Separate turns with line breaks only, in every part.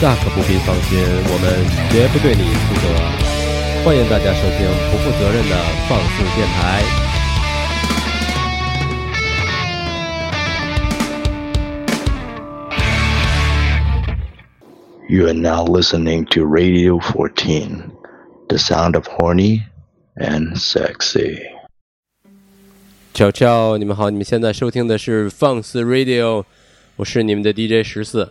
那可不必放心，我们绝不对你负责。欢迎大家收听不负责任的放肆电台。
You are now listening to Radio 14, the sound of horny and sexy.
巧巧，你们好，你们现在收听的是放肆 Radio，我是你们的 DJ 十四。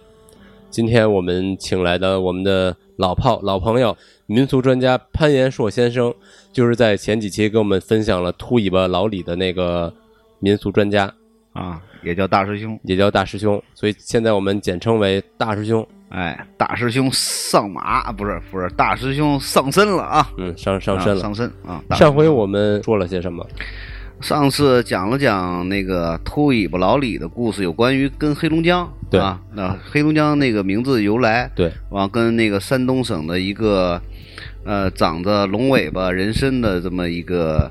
今天我们请来的我们的老炮、老朋友、民俗专家潘延硕先生，就是在前几期给我们分享了秃尾巴老李的那个民俗专家，
啊，也叫大师兄。
也叫大师兄，所以现在我们简称为大师兄。
哎，大师兄上马啊不是不是，大师兄上身了啊，
嗯，上上身
啊
了。
上身啊。大师
上回我们说了些什么？
上次讲了讲那个秃尾巴老李的故事，有关于跟黑龙江
对
啊，那黑龙江那个名字的由来，
对，
啊，跟那个山东省的一个呃长着龙尾巴人参的这么一个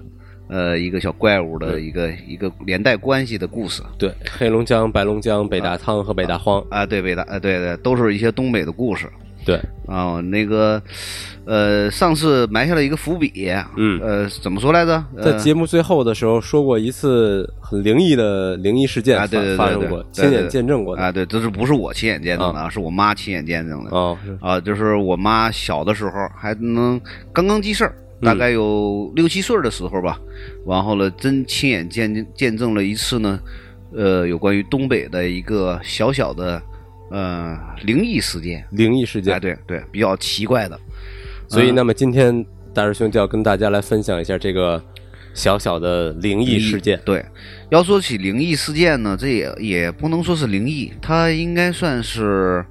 呃一个小怪物的一个一个连带关系的故事。
对，黑龙江、白龙江、北大仓和北大荒。
啊，对北大，呃，对对，都是一些东北的故事。
对，
啊、那个，呃，上次埋下了一个伏笔，
嗯
呃，怎么说来着？
在
呃、
节目最后的时候说过一次很灵异的灵异事件
啊，
发
对对对
发生
对
过，
对
亲
对
眼
对
见证过的。
啊，对，这是不是我亲眼见证的啊？是我妈亲眼见证的
哦，是
啊，就是我妈小的时候还能刚刚记事儿，
嗯
大概有六七岁儿的时候吧，然后呢，真亲眼见见证了一次呢，呃，有关于东北的一个小小的呃灵异事件，
灵异事
哎、
件。
对对，比较奇怪的。
所以，
嗯
那么今天大师兄就要跟大家来分享一下这个小小的灵异事件。
对，要说起灵异事件呢，这也也不能说是灵异，它应该算是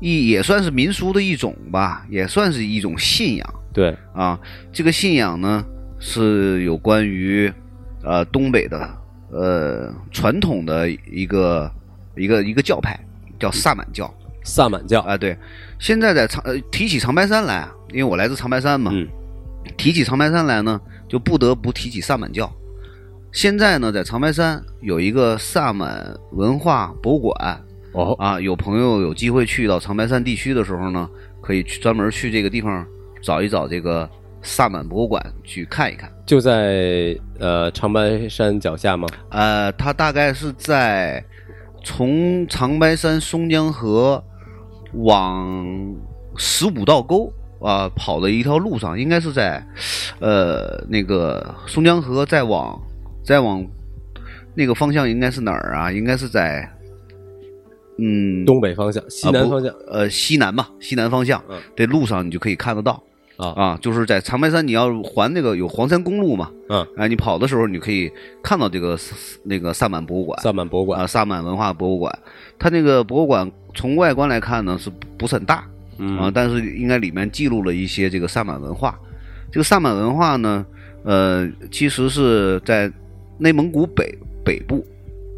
一也算是民俗的一种吧，也算是一种信仰
对，
啊。这个信仰呢是有关于呃东北的呃传统的一个一个一个教派，叫萨满教
萨满教。
啊。对，现在在长呃提起长白山来，啊因为我来自长白山嘛，
嗯，
提起长白山来呢，就不得不提起萨满教。现在呢，在长白山有一个萨满文化博物馆
哦，
啊，有朋友有机会去到长白山地区的时候呢，可以去专门去这个地方找一找这个萨满博物馆去看一看。
就在呃长白山脚下吗？
呃，它大概是在从长白山松江河往十五道沟啊、跑的一条路上，应该是在呃那个松江河再往再往那个方向应该是哪儿啊？应该是在嗯
东北方向、西
啊
南
不
方向
呃西南吧，西南方向
嗯
这路上你就可以看得到。
啊
啊，就是在长白山，你要环那个有黄山公路嘛，
嗯，
哎，你跑的时候，你可以看到这个萨那个萨满博物馆
萨满博物馆。
啊，萨满文化博物馆。它那个博物馆从外观来看呢，是不不是很大啊
嗯，，
但是应该里面记录了一些这个萨满文化。这个萨满文化呢，呃，其实是在内蒙古北北部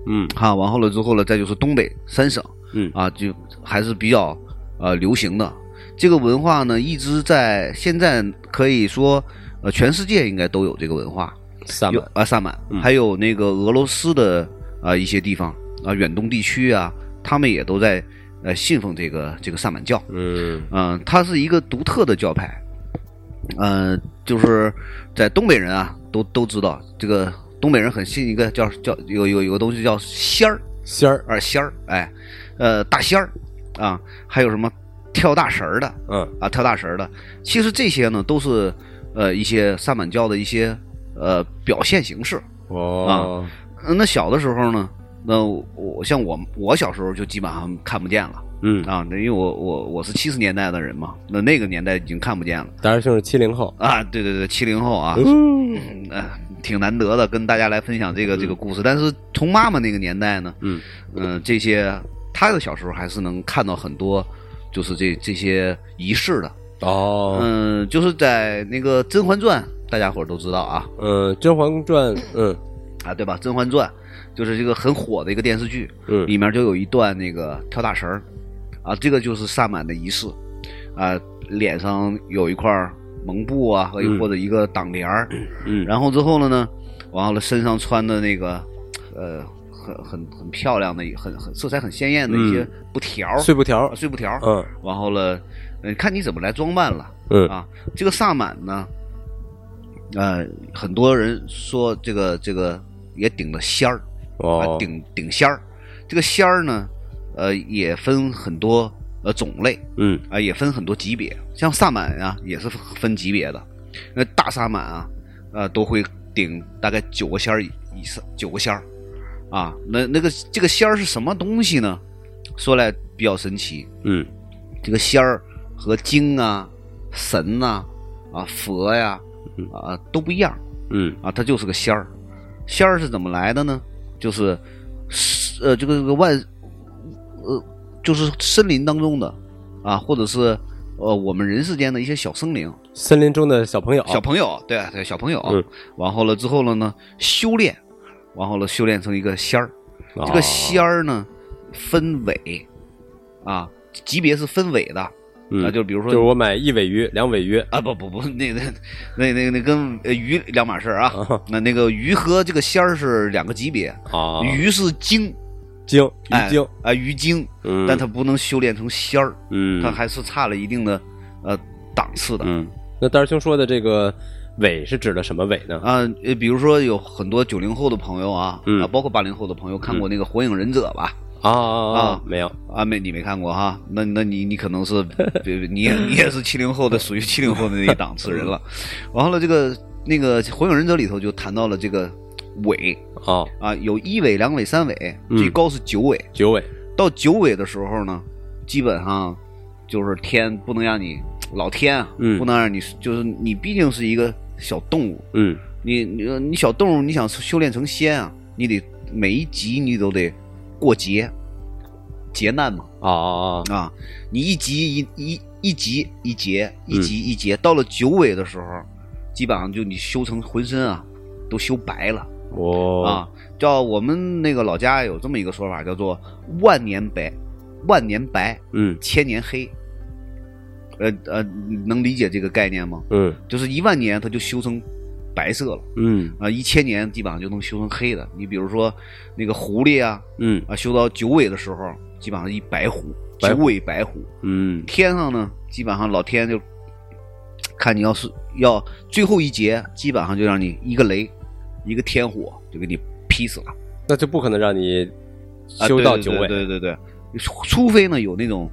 嗯
哈、啊完后了之后呢，再就是东北三省，
嗯
啊，就还是比较呃流行的。这个文化呢，一直在现在可以说，呃，全世界应该都有这个文化。
萨
有
满。
啊，萨满，
嗯
还有那个俄罗斯的啊、一些地方啊、远东地区啊，他们也都在呃信奉这个这个萨满教。
嗯
嗯、它是一个独特的教派。嗯、就是在东北人啊，都都知道这个东北人很信一个叫叫有有有个东西叫仙儿
仙儿。
啊仙儿，哎，呃大仙儿啊，还有什么跳大神儿的，
嗯
啊，跳大神儿的。其实这些呢，都是呃一些萨满教的一些呃表现形式。
哦，
呃那小的时候呢，那我我像我我小时候就基本上看不见了
嗯，
啊，那因为我我我是七十年代的人嘛，那那个年代已经看不见了
大师兄是七零后。
啊。对对对，七零后啊，
嗯
嗯呃挺难得的，跟大家来分享这个这个故事。但是从妈妈那个年代呢，
嗯
嗯、这些她的小时候还是能看到很多，就是这这些仪式的。
哦，
嗯，就是在那个《甄嬛传》，大家伙儿都知道啊
嗯，《甄嬛传》嗯
啊，对吧？《甄嬛传》就是这个很火的一个电视剧，
嗯
里面就有一段那个跳大神儿啊，这个就是萨满的仪式啊，脸上有一块儿蒙布啊，和一
嗯
或者一个挡帘儿，
嗯，
然后之后了呢，完了身上穿的那个呃很很很漂亮的、很很色彩很鲜艳的一些
嗯
布条、
碎布条
啊，碎布条，
嗯
然后呢，嗯，看你怎么来装扮了
嗯
啊。这个萨满呢，呃，很多人说这个这个也顶着仙儿啊
哦，，
顶顶仙儿。这个仙儿呢，呃，也分很多呃种类
嗯
啊、也分很多级别。像萨满啊，也是分级别的。那大萨满啊，呃，都会顶大概九个仙儿以以上，九个仙儿啊。那那个这个仙儿是什么东西呢？说来比较神奇，
嗯
这个仙儿和经啊、神呐、啊、佛呀
嗯、
啊都不一样
嗯
啊，它就是个仙儿。仙儿是怎么来的呢？就是是呃，这个这个万呃，就是森林当中的啊，或者是呃我们人世间的一些小生灵、
森林中的小朋友，
小朋友，对对，小朋友。
哦嗯
然后了之后了呢，修炼，然后了修炼成一个仙儿。
哦
这个仙
儿，
儿呢，分尾啊，级别是分尾的。
嗯
啊，就比如说
就是我买一尾鱼，两尾鱼，
啊，不不不，那那那那那跟呃鱼两码事儿啊。
啊
那那个鱼和这个仙儿是两个级别，
啊，
鱼是精，
精
哎
鱼精，
啊鱼精，
嗯，
但它不能修炼成仙儿，
嗯
它还是差了一定的呃档次的。
嗯，那丹儿兄说的这个尾是指的什么尾呢？
啊，呃，比如说有很多九零后的朋友啊，
嗯
啊，包括八零后的朋友看过那个《火影忍者》吧？
啊啊
啊
没有，
啊，没你没看过哈？那那你你可能是别，你也你也是七零后的，属于七零后的那一档次人 了。然后呢，这个那个《火影忍者》里头就谈到了这个尾，
哦，
啊，有一尾、两尾、三尾，
嗯
最高是九尾。
九尾，
到九尾的时候呢，基本上就是天不能让你老天啊，
嗯
不能让你就是你毕竟是一个小动物，
嗯
你你你小动物你想修炼成仙啊，你得每一级你都得过劫，劫难嘛
啊啊啊，
啊，你一级一一一级一劫，一
嗯
级一劫，到了九尾的时候，基本上就你修成浑身啊都修白了。
我
啊，叫我们那个老家有这么一个说法，叫做“万年白，万年白，
嗯
千年黑”。呃呃，能理解这个概念吗？
嗯
就是一万年它就修成白色了
嗯
啊，一千年基本上就能修成黑的。你比如说那个狐狸啊
嗯
啊，修到九尾的时候，基本上一白狐，
白
九
狐
尾白狐。
嗯
天上呢，基本上老天就看你要是要最后一劫，基本上就让你一个雷，一个天火就给你劈死了。
那就不可能让你
啊
修到
对
九
对
尾，
对对对对，除除非呢有那种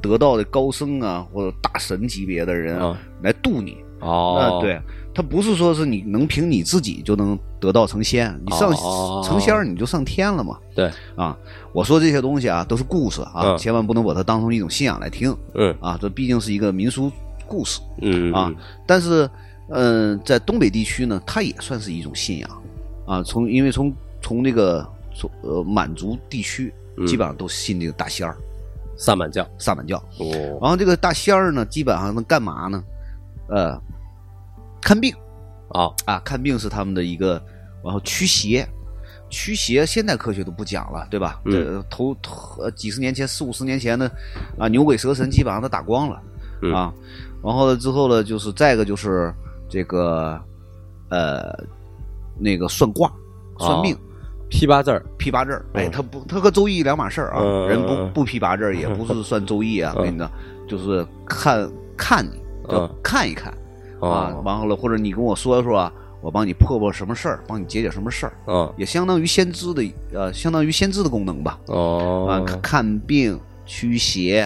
得道的高僧啊，或者大神级别的人
嗯啊
来渡你。
哦
啊，，对，他不是说是你能凭你自己就能得道成仙，你上、
哦
成仙儿你就上天了嘛。
对，
啊，我说这些东西啊都是故事啊，
嗯
千万不能把它当成一种信仰来听
嗯
啊，这毕竟是一个民俗故事。
嗯
啊
嗯，
但是，嗯、在东北地区呢，它也算是一种信仰啊。从因为从从那个从呃满族地区
嗯，
基本上都信这个大仙儿
萨满教，
萨满教。
哦，
然后这个大仙儿呢，基本上能干嘛呢？呃，看病
啊，
啊，看病是他们的一个，然后驱邪。驱邪，现代科学都不讲了，对吧？
嗯
这头头呃几十年前、四五十年前的啊，牛鬼蛇神基本上都打光了。
嗯
啊，然后呢之后呢，就是再一个就是这个呃那个算卦、
哦
算命、
批八字儿，
批八字儿，哎，
嗯
他不，他和周易两码事儿啊，
嗯
人
嗯嗯
不不批八字儿，也不是算周易啊，
嗯
跟你讲，就是看看你，就
嗯
看一看、啊，
哦，
完后了或者你跟我说说啊。我帮你破破什么事儿，帮你解解什么事儿，
嗯
也相当于先知的，呃，相当于先知的功能吧。啊，看
哦，
看病、驱邪，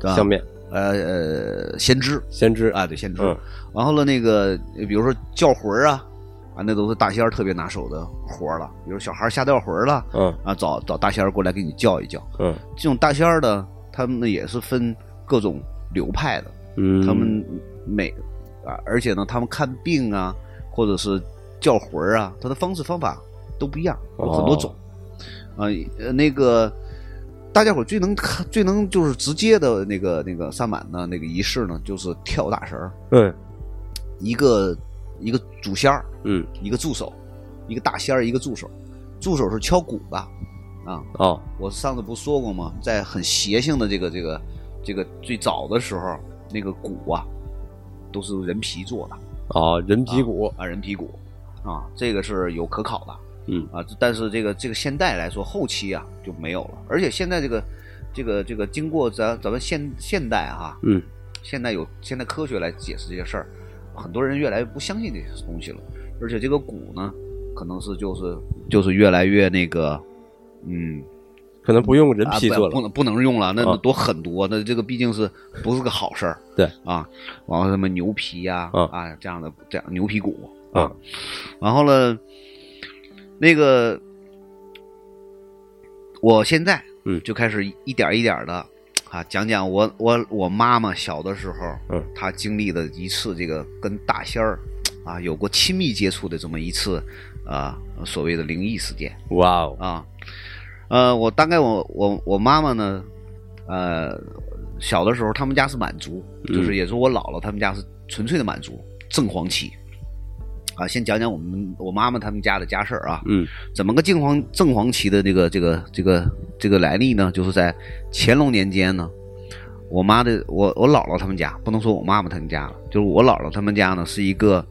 啊
相面
呃呃，先知，
先知，
啊，对，先知。
嗯
然后呢，那个比如说叫魂儿啊，啊，那都是大仙儿特别拿手的活儿了。比如小孩儿吓掉魂儿了，
嗯
啊，找找大仙儿过来给你叫一叫。
嗯
这种大仙儿呢，他们也是分各种流派的，
嗯，
他们每啊，而且呢，他们看病啊，或者是叫魂儿啊，他的方式方法都不一样，有很多种。啊，呃，那个大家伙儿最能看、最能就是直接的那个那个萨满呢，那个仪式呢，就是跳大神儿。
嗯
一个一个主仙儿，
嗯
一个助手，一个大仙儿，一个助手。助手是敲鼓的，啊，
哦
我上次不说过吗？在很邪性的这个这个这个最早的时候，那个鼓啊，都是人皮做的
哦，人皮骨，
啊啊，人皮鼓啊，这个是有可考的
嗯
啊，但是这个这个现代来说，后期啊就没有了，而且现在这个这个这个经过咱咱们现现代哈、
嗯
现在有现代科学来解释这些事儿，很多人越来越不相信这些东西了。而且这个骨呢，可能是就是就是越来越那个，嗯，
可能不用人皮
啊
做
不不
了，
能不能用了，那
啊
多狠毒啊！那这个毕竟是不是个好事儿？
对
啊，然后什么牛皮呀
啊
啊这样的这样牛皮骨
啊，
然后呢，那个我现在
嗯
就开始一点一点的啊讲讲我我我妈妈小的时候，
嗯，
她经历的一次这个跟大仙儿啊有过亲密接触的这么一次啊所谓的灵异事件。
哇哦，
啊，呃，我大概我我我妈妈呢，呃，小的时候他们家是满族，就是
嗯
也是我姥姥他们家是纯粹的满族正黄旗。啊，先讲讲我们我妈妈他们家的家事儿啊，
嗯
怎么个正黄正黄旗的这个这个这个这个来历呢？就是在乾隆年间呢，我妈的我我姥姥他们家不能说我妈妈他们家了，就是我姥姥他们家呢是一个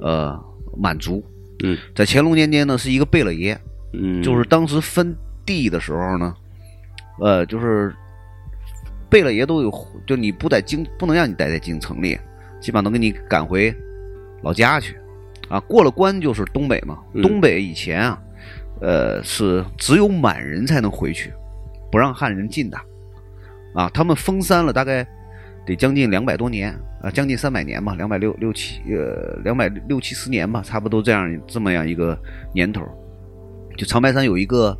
呃满族，
嗯
在乾隆年间呢是一个贝勒爷，
嗯，
就是当时分地的时候呢，呃，就是贝勒爷都有，就你不在京，不能让你待在京城里，基本上能给你赶回老家去。啊，过了关就是东北嘛，
嗯
东北以前啊，呃，是只有满人才能回去，不让汉人进的。啊，他们封山了大概得将近两百多年，啊，将近三百年吧，两百六六七呃两百六七十年吧，差不多这样这么样一个年头。就长白山有一个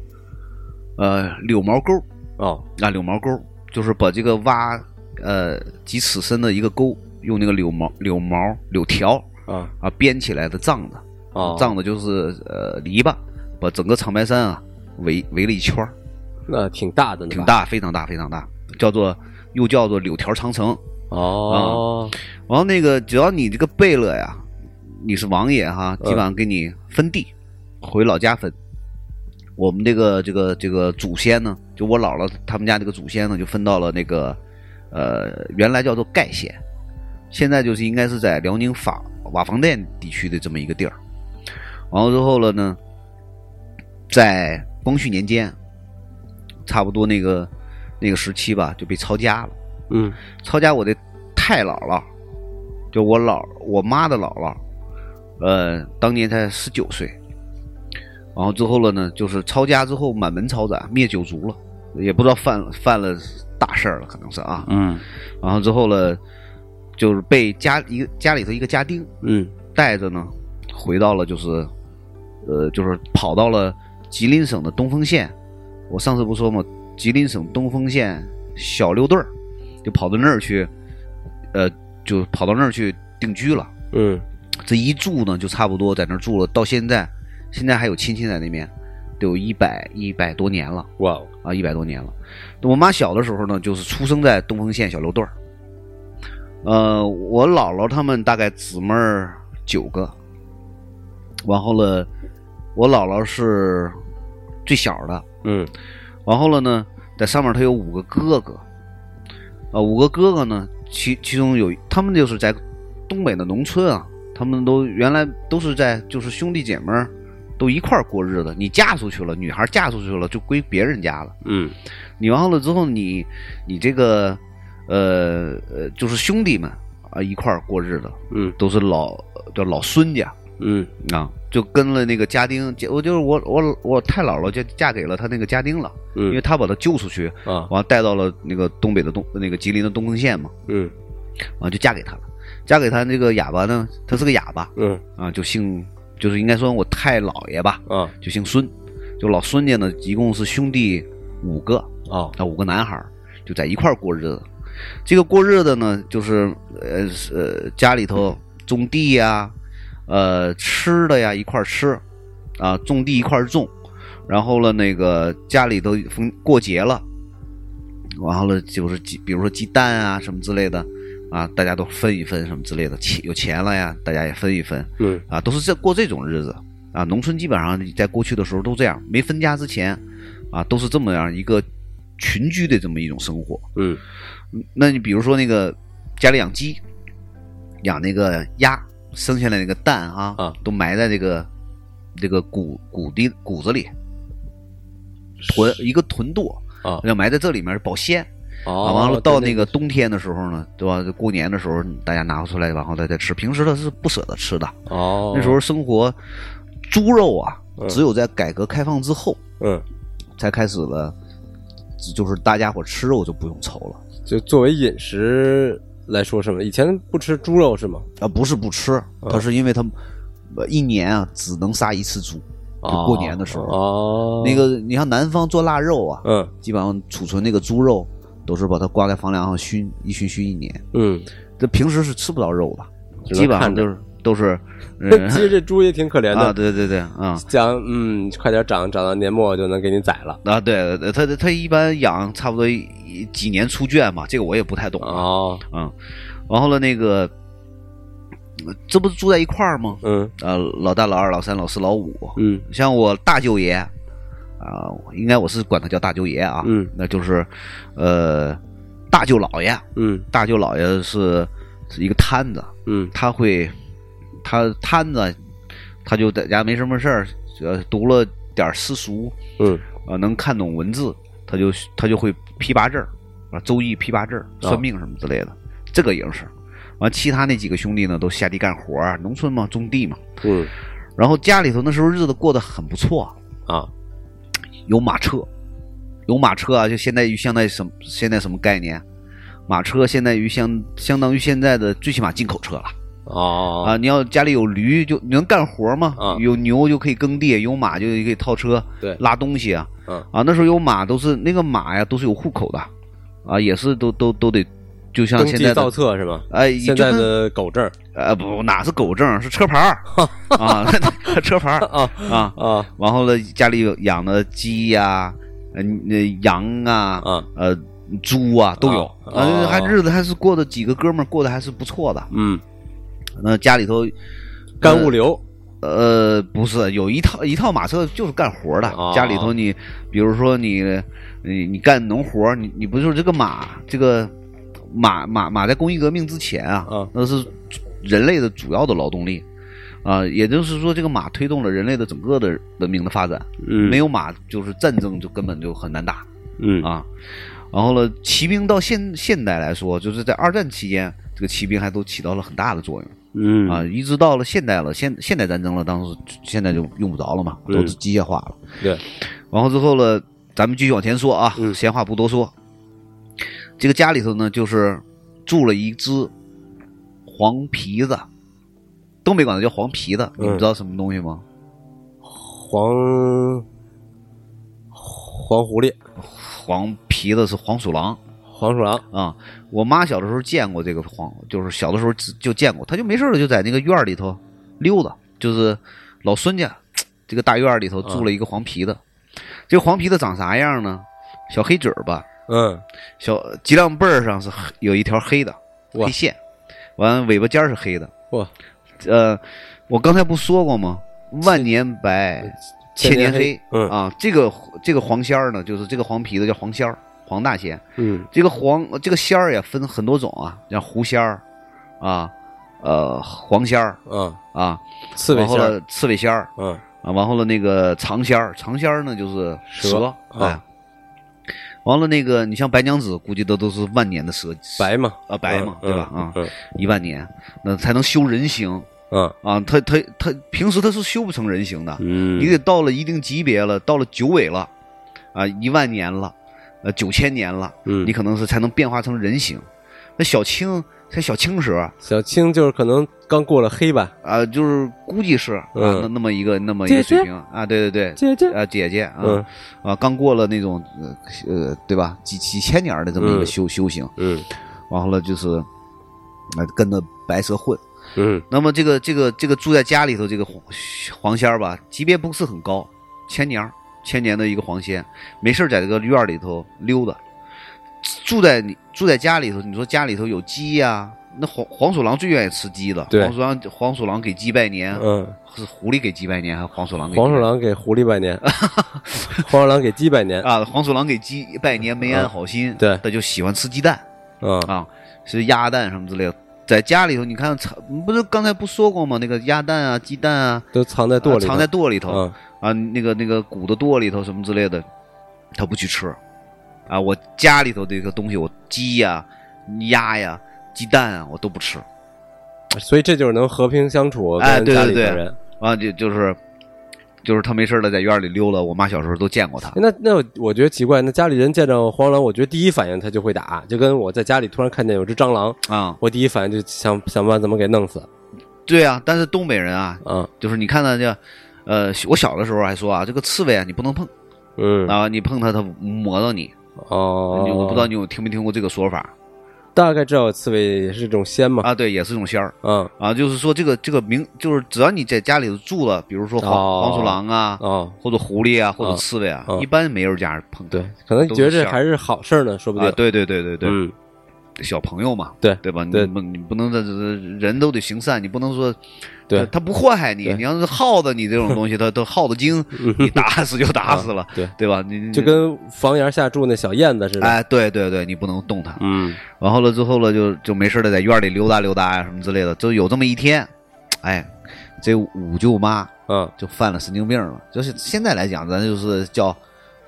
呃柳毛沟
哦，
啊，柳毛沟就是把这个挖呃几尺深的一个沟，用那个柳毛柳毛柳条
啊
啊编起来的帐子，
哦，
帐子就是呃篱笆，把整个长白山啊围围了一圈儿
那挺大的呢，
挺大，非常大，非常大，叫做又叫做柳条长城。
哦，
然后那个只要你这个贝勒呀，你是王爷哈，基本上给你分地，回老家分。我们这个这个这个祖先呢，就我姥姥他们家这个祖先呢，就分到了那个呃原来叫做盖县，现在就是应该是在辽宁法瓦房店地区的这么一个地儿。然后之后了呢，在光绪年间，差不多那个那个时期吧，就被抄家了。
嗯
抄家我的太姥姥，就我姥我妈的姥姥，呃，当年才十九岁，然后之后了呢，就是抄家之后满门抄斩，灭九族了，也不知道犯犯了大事儿了，可能是啊，
嗯
然后之后了，就是被家一个家里头一个家丁
嗯
带着呢，回到了就是，呃，就是跑到了吉林省的东丰县。我上次不说吗？吉林省东丰县小六队儿就跑到那儿去，呃，就跑到那儿去定居了。
嗯，
这一住呢，就差不多在那儿住了，到现在，现在还有亲戚在那边，得有一百一百多年了。
哇哦，
啊，一百多年了。我妈小的时候呢，就是出生在东丰县小楼段儿。呃，我姥姥他们大概姊妹儿九个，然后了，我姥姥是最小的，
嗯
然后了呢，在上面她有五个哥哥，啊，五个哥哥呢，其其中有他们就是在东北的农村啊，他们都原来都是在就是兄弟姐妹儿都一块儿过日子，你嫁出去了，女孩儿嫁出去了就归别人家了。
嗯
你完了之后你，你这个呃呃，就是兄弟们啊一块儿过日子，
嗯
都是老叫老孙家
嗯
啊，就跟了那个家丁，我就是我我我太姥姥就嫁给了他那个家丁了，因为
嗯
他把他救出去，
啊
完了带到了那个东北的东那个吉林的东丰县嘛，
嗯
完了就嫁给他了，嫁给他那个哑巴呢，他是个哑巴
嗯
啊，就姓就是应该说我太姥爷吧，
啊
就姓孙，就老孙家呢一共是兄弟五个，
哦
啊，五个男孩儿就在一块儿过日子。这个过日子呢，就是呃是呃家里头种地呀，呃吃的呀一块儿吃，啊种地一块儿种，然后了那个家里头逢过节了，然后了就是鸡，比如说鸡蛋啊什么之类的，啊大家都分一分什么之类的，钱有钱了呀，大家也分一分，
嗯
啊，都是这过这种日子啊。农村基本上在过去的时候都这样，没分家之前啊，都是这么样一个群居的这么一种生活。
嗯
嗯那你比如说那个家里养鸡，养那个鸭，生下来那个蛋啊，
啊
都埋在这个这个骨骨地骨子里，臀一个臀垛
啊
要埋在这里面保鲜。啊，
哦，
完了
对
到那个冬天的时候呢，对吧？就过年的时候大家拿出来，然后大家吃。平时的是不舍得吃的，
哦，
那时候生活猪肉啊
嗯，
只有在改革开放之后
嗯，
才开始了，就是大家伙吃肉就不用愁了。
就作为饮食来说是吗？以前不吃猪肉是吗？
啊，不是不吃，
嗯
它是因为它呃一年啊只能杀一次猪，就过年的时候。
哦，
那个你像南方做腊肉啊，
嗯
基本上储存那个猪肉都是把它挂在房梁上熏一熏熏一年，
嗯，
这平时是吃不到肉的，
只能
基本上
看着
就是都是嗯
其实这猪也挺可怜
啊，
的，
对对对啊。
想嗯快点长，长到年末就能给你宰了。
啊，对，对它它一般养差不多一几年出圈嘛，这个我也不太懂啊。
哦，
嗯，然后了那个，这不是住在一块儿吗？
嗯
呃，老大、老二、老三、老四、老五，
嗯
像我大舅爷啊、应该我是管他叫大舅爷啊，
嗯
那就是呃大舅姥爷，
嗯
大舅姥爷是是一个摊子，
嗯
他会他摊子他就在家没什么事儿，呃，读了点儿私塾，
嗯，
呃，能看懂文字，他就他就会批八字儿啊，周易批八字儿、
哦
算命什么之类的，这个也是。完，其他那几个兄弟呢，都下地干活儿，啊农村嘛，种地嘛。
嗯
然后家里头那时候日子过得很不错，
啊，
有马车，有马车啊，就现在于相当于什么现在什么概念？马车现在于相相当于现在的最起码进口车了
哦
啊！你要家里有驴就你能干活吗？
啊
有牛就可以耕地，有马就可以套车，
对
拉东西啊。
嗯
啊，那时候有马都是那个马呀，都是有户口的，啊，也是都都都得，就像
登
现
记
在
造
的
册是吗？
哎，
现
就
在
跟
的狗证儿
呃不哪是狗证是车 牌儿啊， 车牌儿
啊
啊，
啊
然后呢，家里有养的鸡呀、嗯呃，羊啊，
啊
呃，猪啊都有，
啊
呃，
啊
还日子还是过得几个哥们儿过得还是不错的。
嗯，
那家里头，
干物流
呃，不是有一套一套马车就是干活的，
啊
家里头你，比如说你，你你干农活儿，你你不就是这个马这个马马马在工业革命之前啊，
啊
那是人类的主要的劳动力。啊，也就是说，这个马推动了人类的整个的文明的发展。
嗯
没有马就是战争就根本就很难打
嗯
啊。然后呢，骑兵到现现代来说，就是在二战期间，这个骑兵还都起到了很大的作用
嗯
啊。一直到了现代了，现现代战争了，当时现在就用不着了嘛，
嗯
都是机械化了。
对
然后之后呢，咱们继续往前说啊，
嗯
闲话不多说。这个家里头呢，就是住了一只黄皮子，东北管它叫黄皮子，你
嗯
们知道什么东西吗？
黄黄狐狸、
黄皮子是黄鼠狼。
黄鼠狼
啊、我妈小的时候见过这个黄，就是小的时候就就见过，她就没事了，就在那个院儿里头溜达，就是老孙家这个大院儿里头住了
嗯
一个黄皮子。这个黄皮子长啥样呢？小黑嘴儿吧，
嗯
小脊梁背儿上是黑有一条黑的
哇
黑线，完尾巴尖儿是黑的。
哇，
呃，我刚才不说过吗？万年白，
千
千
年
年
黑
黑。
嗯
啊，这个这个黄仙儿呢，就是这个黄皮子叫黄仙儿，黄大仙。
嗯
这个黄这个仙儿也分很多种啊，像狐仙儿啊，呃，黄仙儿
啊，
啊，
刺猬
然后
线儿
了刺猬仙儿
嗯
啊，完后了那个长仙儿，长仙儿呢就是
蛇
蛇，哎
啊，
完了那个你像白娘子，估计都都是万年的蛇，
白嘛
啊白嘛，
嗯
对吧？啊，
嗯
一万年那才能修人形
嗯
啊，他他他平时他是修不成人形的，
嗯，
你得到了一定级别了，到了九尾了，啊，一万年了，呃，九千年了。
嗯
你可能是才能变化成人形。那小青才小青蛇啊、
小青就是可能刚过了黑吧，
就是估计是啊，
嗯
那那么一个那么一个
姐姐
水平啊，对对对，
姐姐
啊姐姐啊、
嗯
啊，刚过了那种呃呃对吧几几千年的这么一个
嗯
修、修行，
嗯
然后呢就是呃跟着白蛇混。
嗯
那么这个这个这个住在家里头这个黄黄仙儿吧，级别不是很高，千年儿千年的一个黄仙，没事儿在这个院儿里头溜达，住在你住在家里头，你说家里头有鸡呀、那黄黄鼠狼最愿意吃鸡了，
对
黄鼠狼黄鼠狼给鸡拜年，
嗯，
是狐狸给鸡拜年还是黄鼠狼给鸡拜
黄
年？
鼠狼给狐狸拜 年，黄鼠狼给鸡拜年，
啊，黄鼠狼给鸡拜年没安好心，
嗯对
它就喜欢吃鸡蛋啊
嗯
啊，是鸭蛋什么之类的，在家里头，你看藏不是刚才不说过吗？那个鸭蛋啊、鸡蛋啊，
都藏在垛里头，
藏在垛里头、
嗯
啊，那个那个鼓的垛里头什么之类的，他不去吃啊。我家里头这个东西，我鸡呀、鸭呀、鸡蛋啊，我都不吃
所以这就是能和平相处
哎
跟
对
家里
对
的
对
人。
啊，就就是就是他没事儿了在院里溜达，我妈小时候都见过他。
哎那那我我觉得奇怪，那家里人见着黄狼，我觉得第一反应他就会打，就跟我在家里突然看见有只蟑螂，
啊、
我第一反应就想想办法怎么给弄死
对啊，但是东北人啊，
啊，
就是你看到这，呃，我小的时候还说啊，这个刺猬啊，你不能碰
嗯
啊，你碰它它磨到你。
哦
你，我不知道你有听没听过这个说法
大概知道刺猬也是这种仙嘛，
啊？对，也是一种仙儿
嗯
啊，就是说这个这个名，就是只要你在家里头住了，比如说黄、
哦
黄鼠狼啊，
哦，
或者狐狸啊，或
啊
者刺猬啊，
啊
一般没人家碰它
对，可能
都是
觉得这
仙儿
还是好事儿呢，说不定
啊，对对对对对，
嗯
小朋友嘛，
对
对吧？
对
你不你不能这这人都得行善，你不能说
对
呃他不祸害你
对，
你要是耗子，你这种东西，他都耗子精，你打死就打死了，
对，
对吧？你
嗯就跟房檐下住那小燕子似的，
嗯哎，对对对，你不能动它。
嗯
完后了之后了，就就没事了，在院里溜达溜达呀、什么之类的。就有这么一天，哎，这五舅妈
嗯，
就犯了神经病了。就是现在来讲，咱就是叫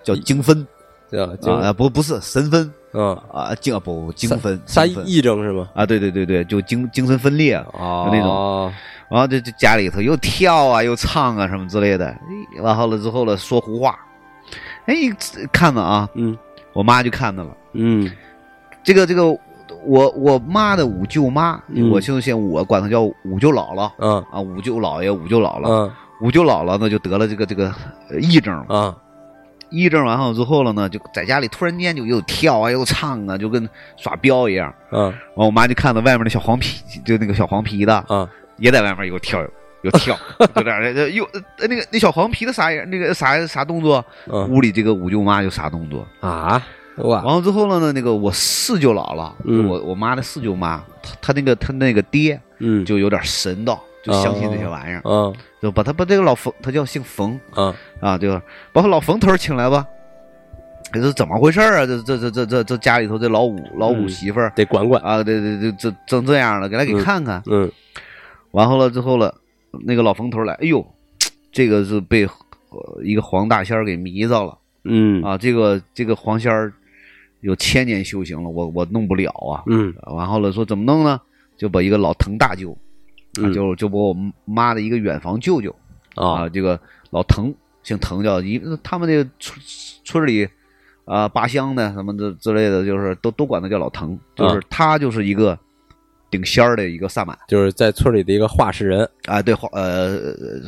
叫精分
对啊，就
啊，不不是神分
嗯，
啊，精不精分
仨
精分
癔症是吗？
啊，对对对对，就精精神分裂。
哦，
那种然后这这家里头又跳啊，又唱啊什么之类的。哎完后了之后了，说胡话。哎，看着啊，
嗯
我妈就看着了。
嗯
这个这个，我我妈的五舅妈，
嗯
我就现我管她叫五舅姥姥
嗯
啊，五舅姥爷、五舅姥姥、
嗯
五舅姥姥呢就得了这个这个呃癔症了，
啊
癔症完后之后了呢，就在家里突然间就又跳啊又唱啊，就跟耍彪一样。
啊
完，我妈就看到外面那小黄皮，就那个小黄皮的
啊
也在外面又跳又跳，就这样呃又呃那个那小黄皮的啥样？那个啥啥动作？
嗯
屋里这个五舅妈就啥动作？
啊哇
完了之后了呢，那个我四舅姥姥，
嗯
我我妈的四舅妈，她她那个她那个爹
嗯
就有点神道，就相信这些玩意儿，
啊
就把他把这个老冯，他叫姓冯
啊
啊，就是把老冯头儿请来吧。这是怎么回事儿啊？这这这这这这家里头这老五老五
嗯
媳妇儿、
得管管
啊，这这这这成这样了，给他给
嗯
看看。
嗯
完后了之后了，那个老冯头儿来，哎呦，这个是被、呃一个黄大仙儿给迷着了。
嗯
啊，这个这个黄仙儿有千年修行了，我我弄不了啊。
嗯
然后了，说怎么弄呢？就把一个老滕大舅，啊
嗯
就就把我妈的一个远房舅舅
啊
啊，这个老滕，姓滕叫一，他们这个村村里啊八乡的什么之之类的，就是都都管他叫老滕，就是他就是一个顶仙儿的一个萨满
就是在村里的一个话事人
啊，对画呃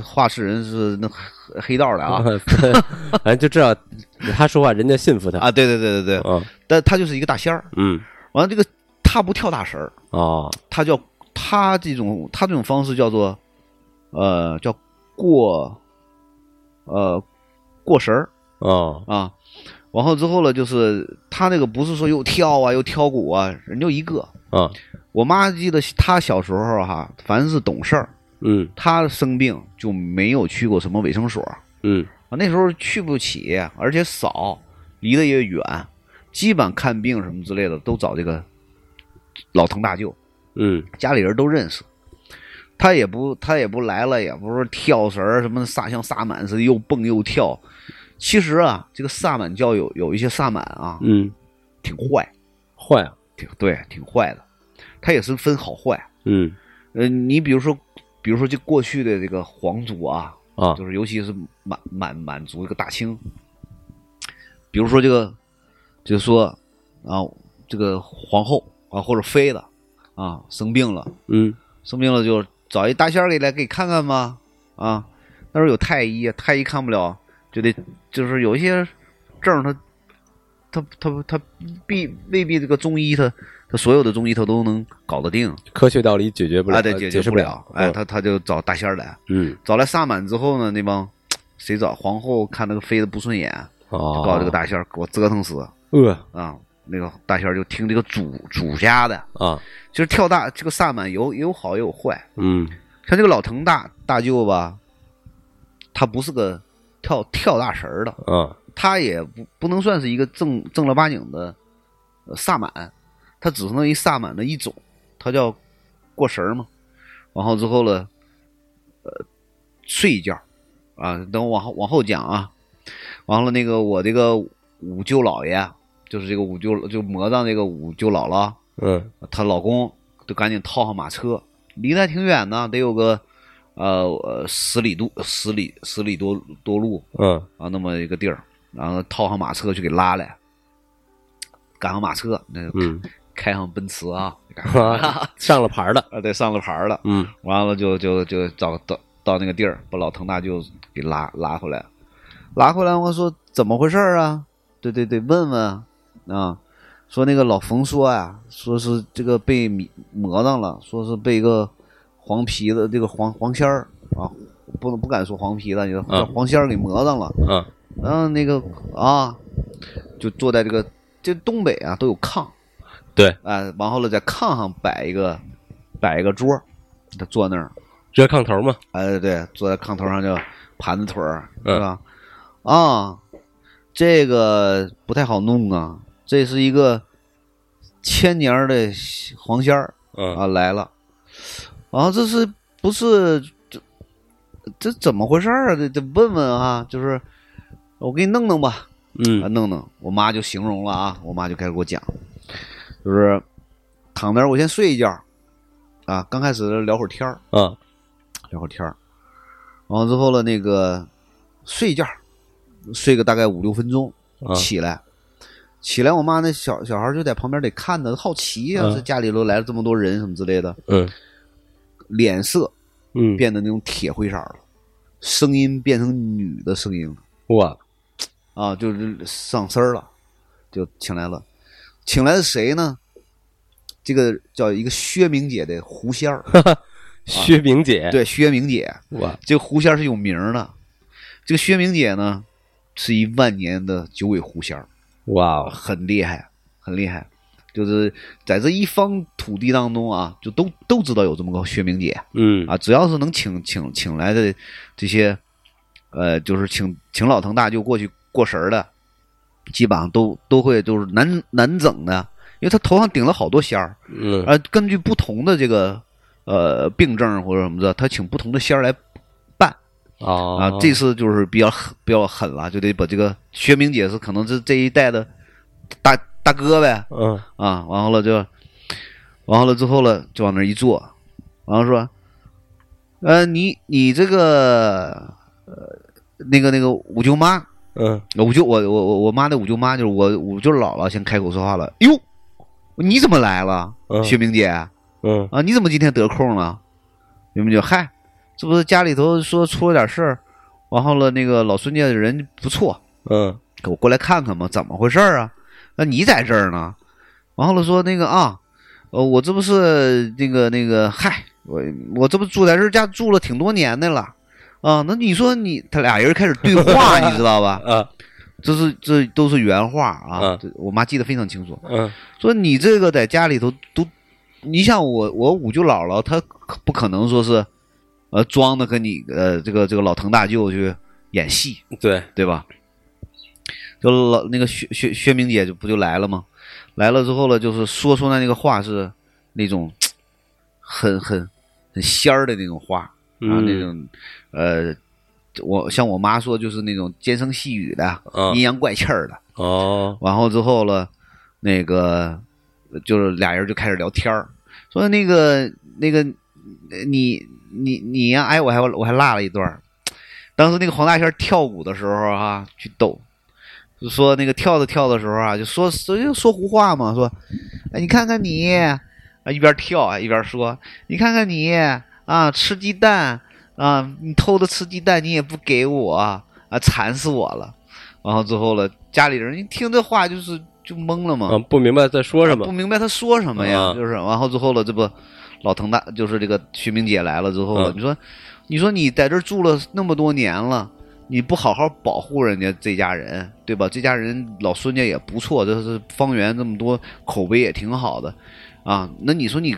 画事人是那黑黑道的啊
反正就知道他说话人家信服他
啊，对对对对对，
啊
但他就是一个大仙儿，
嗯
完了这个他不跳大神儿，
哦
他叫他这种他这种方式叫做呃叫过呃过神儿
哦
啊，完后之后了就是他那个不是说又跳啊又挑鼓啊，人就一个。
啊
我妈记得她小时候哈、凡是懂事儿，
嗯
她生病就没有去过什么卫生所啊，
嗯
那时候去不起，而且少，离得也远，基本看病什么之类的都找这个老滕大舅。
嗯
家里人都认识。他也不，他也不来了，也不是跳绳儿什么的萨像萨满似的又蹦又跳。其实啊，这个萨满教有有一些萨满啊，
嗯
挺坏，
坏啊
挺对，挺坏的。他也是分好坏。
嗯
呃，你比如说，比如说这过去的这个皇族啊，
啊
就是尤其是满满满族这个大清，比如说这个，就是说啊，这个皇后啊或者妃子啊生病了，
嗯
生病了就找一大仙儿给来给看看吧。啊，那时候有太医，啊太医看不了，就得就是有一些症儿他他他他必未必这个中医他他所有的中医他都能搞得定，
科学道理解决不了
啊，对，
呃
解
释
决
不
不了。哎，
嗯
他他就找大仙儿来，
嗯
找来萨满之后呢，那帮谁找皇后看那个妃子不顺眼，
哦
就告这个大仙儿给我折腾死
呃
啊。那个大仙儿就听这个主主家的，
啊
就是跳大这个萨满有也有好也有坏，
嗯
像这个老滕大大舅吧，他不是个跳跳大神儿的，
啊
他也不不能算是一个正正儿八经的呃萨满，他只是那一萨满的一种，他叫过神儿嘛。完后之后呢，呃，睡一觉啊。等往后往后讲啊。完了，那个我这个五舅姥爷，就是这个五舅就魔杖这个五舅姥姥，
嗯
她老公就赶紧套上马车，离得还挺远呢，得有个呃呃十里路十里十里多多路
嗯
啊那么一个地儿，然后套上马车去给拉来，赶上马车，那
嗯，
开上奔驰啊，
啊上了牌儿了，
啊对，上了牌儿了，
嗯
完了就就就找到到那个地儿，把老滕大舅给拉拉回来，拉回来我说怎么回事儿啊？对对对，问问啊啊，说那个老冯说呀、说是这个被迷魔怔了，说是被一个黄皮子这个黄黄仙儿啊，不能不敢说黄皮子，就
嗯
黄仙儿给魔怔了。
啊
然后那个啊，就坐在这个这东北啊都有炕，
对，
啊，然后呢在炕上摆一个摆一个桌儿，他坐那儿，
热炕头嘛，
哎，对，坐在炕头上就盘着腿儿，
嗯
是吧？啊，这个不太好弄啊，这是一个千年儿的黄仙儿
嗯
啊来了，啊，这是不是这这怎么回事儿啊？得得问问啊，就是我给你弄弄吧，啊，
嗯
弄弄，我妈就形容了啊，我妈就开始给我讲，就是躺那儿，我先睡一觉，啊，刚开始聊会儿天儿，
啊
聊会儿天儿，完了之后了，那个睡一觉，睡个大概五六分钟，
啊
起来，起来，我妈那小小孩儿就在旁边得看着，好奇呀、
嗯
这家里都来了这么多人什么之类的，
嗯
脸色
嗯，
变得那种铁灰色儿了，声音变成女的声音了。
哇
啊，就是上身儿了，就请来了，请来的谁呢？这个叫一个薛明姐的狐仙儿，
薛明姐，
对，薛明姐，
哇
这个狐仙儿是有名儿的。这个薛明姐呢，是一万年的九尾狐仙儿，
哇哦
很厉害，很厉害。就是在这一方土地当中啊，就都都知道有这么个薛明姐
嗯
啊。只要是能请请请来的这些，呃，就是请请老滕大舅过去过神儿的，基本上都都会就是难难整的，因为他头上顶了好多仙儿，
嗯
呃，根据不同的这个呃病症或者什么的，他请不同的仙儿来办
哦
啊。这次就是比较狠比较狠了，就得把这个薛明姐是可能是这一代的大大哥呗
嗯
啊，完后了就，完后了之后了就往那儿一坐，然后说，呃，你你这个呃那个那个五舅妈
嗯
我舅，我我我我妈的五舅妈就是我五舅姥姥先开口说话了，哟，你怎么来了，
嗯
薛明姐啊？
嗯
你怎么今天得空了？薛明姐，嗨，这不是家里头说出了点事儿，完后了那个老孙家的人不错，
嗯
给我过来看看嘛，怎么回事儿啊？那你在这儿呢？完后了说那个啊，呃，我这不是那个那个，嗨，我我这不住在这家住了挺多年的了。啊，那你说你他俩人开始对话，你知道吧？
啊
这是这都是原话啊
嗯，
这我妈记得非常清楚。
嗯
说你这个在家里头都，你像我我五舅姥姥，她可不可能说是，呃，装的跟你呃这个这个老滕大舅去演戏，
对
对吧？就老那个薛薛薛明姐就不就来了吗？来了之后了，就是说出来那个话是那种很很很仙儿的那种话啊，那
嗯
种呃，我像我妈说就是那种尖声细语的，
啊
阴阳怪气儿的。
哦
完后之后了，那个就是俩人就开始聊天儿，说那个那个你你你呀、哎，我还我还落了一段儿。当时那个黄大仙儿跳舞的时候啊，去逗，就说那个跳着跳的时候啊，就说说就说胡话嘛，说哎你看看你啊，一边跳啊一边说你看看你啊吃鸡蛋啊，你偷着吃鸡蛋你也不给我啊，馋死我了。然后之后了，家里人一听这话就是就懵了嘛，
啊不明白在说什
不
么
明白他说什么呀？
啊
就是完后之后了，这不老滕大就是这个徐明姐来了之后了，
嗯
你说你说你在这儿住了那么多年了，你不好好保护人家这家人，对吧？这家人老孙家也不错，这是方圆这么多口碑也挺好的啊。那你说你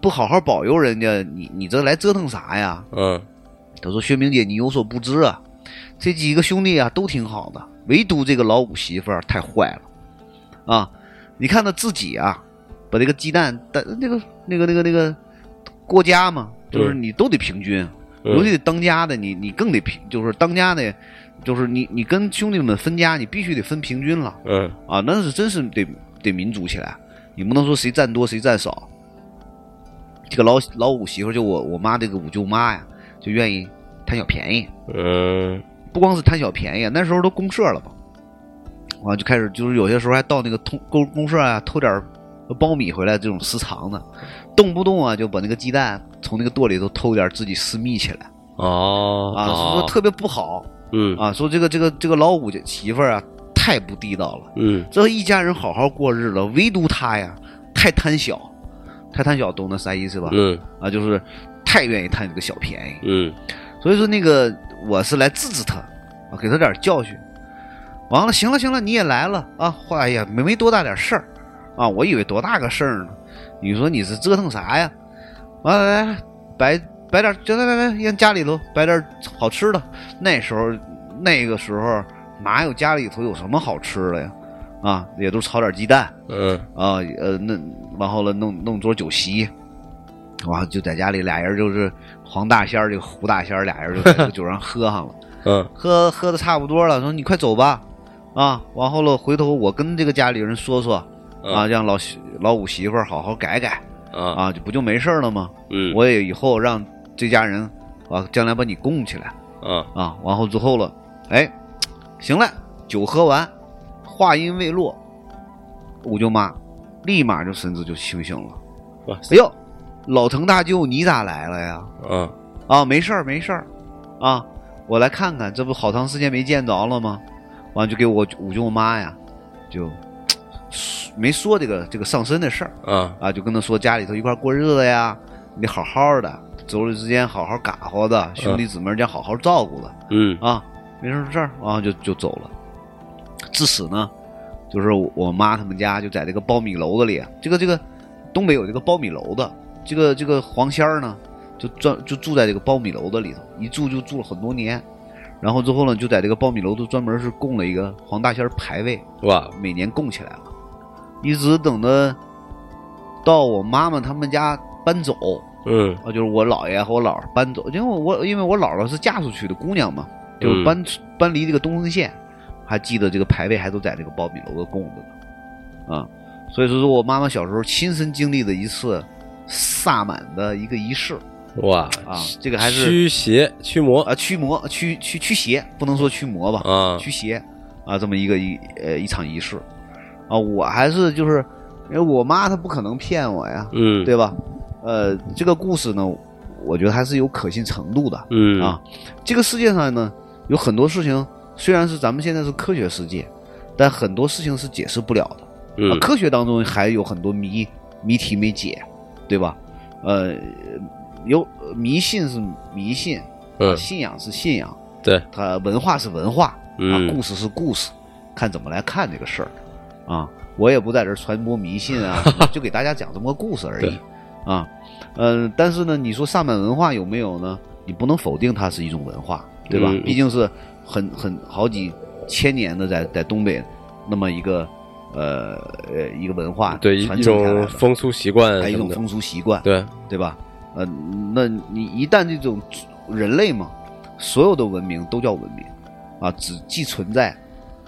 不好好保佑人家，你你这来折腾啥呀？
嗯
他说：“薛明姐，你有所不知啊，这几个兄弟啊都挺好的，唯独这个老五媳妇儿太坏了啊！你看他自己啊，把这个鸡蛋蛋那个那个那个那个国家嘛，就是
嗯
你都得平均，
嗯
尤其当家的你你更得平，就是当家的，就是你你跟兄弟们分家，你必须得分平均了
嗯
啊，那是真是得得民主起来，你不能说谁占多谁占少。这个老老五媳妇就我我妈这个五舅妈呀，就愿意贪小便宜，
嗯
不光是贪小便宜，啊那时候都公社了嘛，完就开始就是有些时候还到那个通公公社啊偷点儿苞米回来这种私藏的，动不动啊就把那个鸡蛋从那个垛里头偷点儿自己私密起来
哦
啊，所以说
哦
特别不好
嗯
啊，说这个这个这个老五这媳妇儿啊太不地道了，
嗯
这一家人好好过日子，唯独她呀太贪小，太贪小，懂得啥意思吧？
嗯
啊，就是太愿意贪这个小便宜，
嗯
所以说那个我是来治治他，啊，给他点教训。完了，行了行了，你也来了啊！哎呀，没没多大点事儿啊，我以为多大个事儿呢。你说你是折腾啥呀？完了，来来摆摆点，就来来来，让家里头摆点好吃的。那时候那个时候哪有家里头有什么好吃的呀？啊，也都炒点鸡蛋，
嗯
啊，呃，那然后了弄弄桌酒席，哇，就在家里俩人就是黄大仙儿这个胡大仙儿俩人就在这个酒上喝上了，
嗯
喝喝的差不多了，说你快走吧，啊，完后了回头我跟这个家里人说说，
嗯
啊，让老媳老五媳妇儿好好改改，
啊
啊，就不就没事儿了吗？
嗯
我也以后让这家人啊，将来把你供起来
啊
啊，完后之后了，哎，行了，酒喝完，话音未落，五舅妈立马就身子就清醒了。
哇
哎呦，老滕大舅，你咋来了呀？
啊
啊，没事儿，没事儿，啊，我来看看，这不好长时间没见着了吗？完就给我五舅妈呀，就没说这个这个上身的事儿
啊
啊，就跟他说家里头一块儿过日子呀，你得好好的，妯娌之间好好嘎活的，兄弟姊妹之间好好照顾的、
嗯
啊，没什么事儿啊，就就走了。自此呢，就是我我妈他们家就在这个苞米楼子里，啊这个这个东北有这个苞米楼子，这个这个黄仙儿呢，就专就住在这个苞米楼子里头，一住就住了很多年。然后之后呢，就在这个苞米楼子专门是供了一个黄大仙儿牌位，
哇
每年供起来了，一直等着到我妈妈他们家搬走
嗯
啊，就是我姥爷和我姥儿搬走，因为我因为我姥姥是嫁出去的姑娘嘛，就是
嗯
搬、搬离这个东胜县，还记得这个牌位还都在这个苞米楼的供着呢，啊，所以说是我妈妈小时候亲身经历的一次萨满的一个仪式
哇
啊，这个还是
驱邪驱魔
啊驱魔驱驱驱邪，不能说驱魔吧，
啊
驱邪啊，这么一个一呃一场仪式啊，我还是就是因为我妈她不可能骗我呀，
嗯
对吧？呃，这个故事呢，我觉得还是有可信程度的
嗯
啊。这个世界上呢，有很多事情虽然是咱们现在是科学世界，但很多事情是解释不了的。啊
嗯，
科学当中还有很多谜谜题没解，对吧？呃，有呃迷信是迷信，
嗯
信仰是信仰，
对
它文化是文化，啊，
嗯
故事是故事，看怎么来看这个事儿啊。我也不在这儿传播迷 信啊，什么就给大家讲这么个故事而已
对
啊。嗯，但是呢，你说萨满文化有没有呢？你不能否定它是一种文化，对吧？
嗯
毕竟是很很好几千年的在在东北那么一个呃呃一个文化
对一
传
一
承下来
种
的
风俗习惯
还有一
什
种
么的
风俗习惯，
对
对吧？呃，那你一旦这种人类嘛，所有的文明都叫文明啊，只既存在，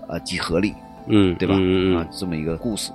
啊，即合理，
嗯
对吧？
嗯嗯
啊，这么一个故事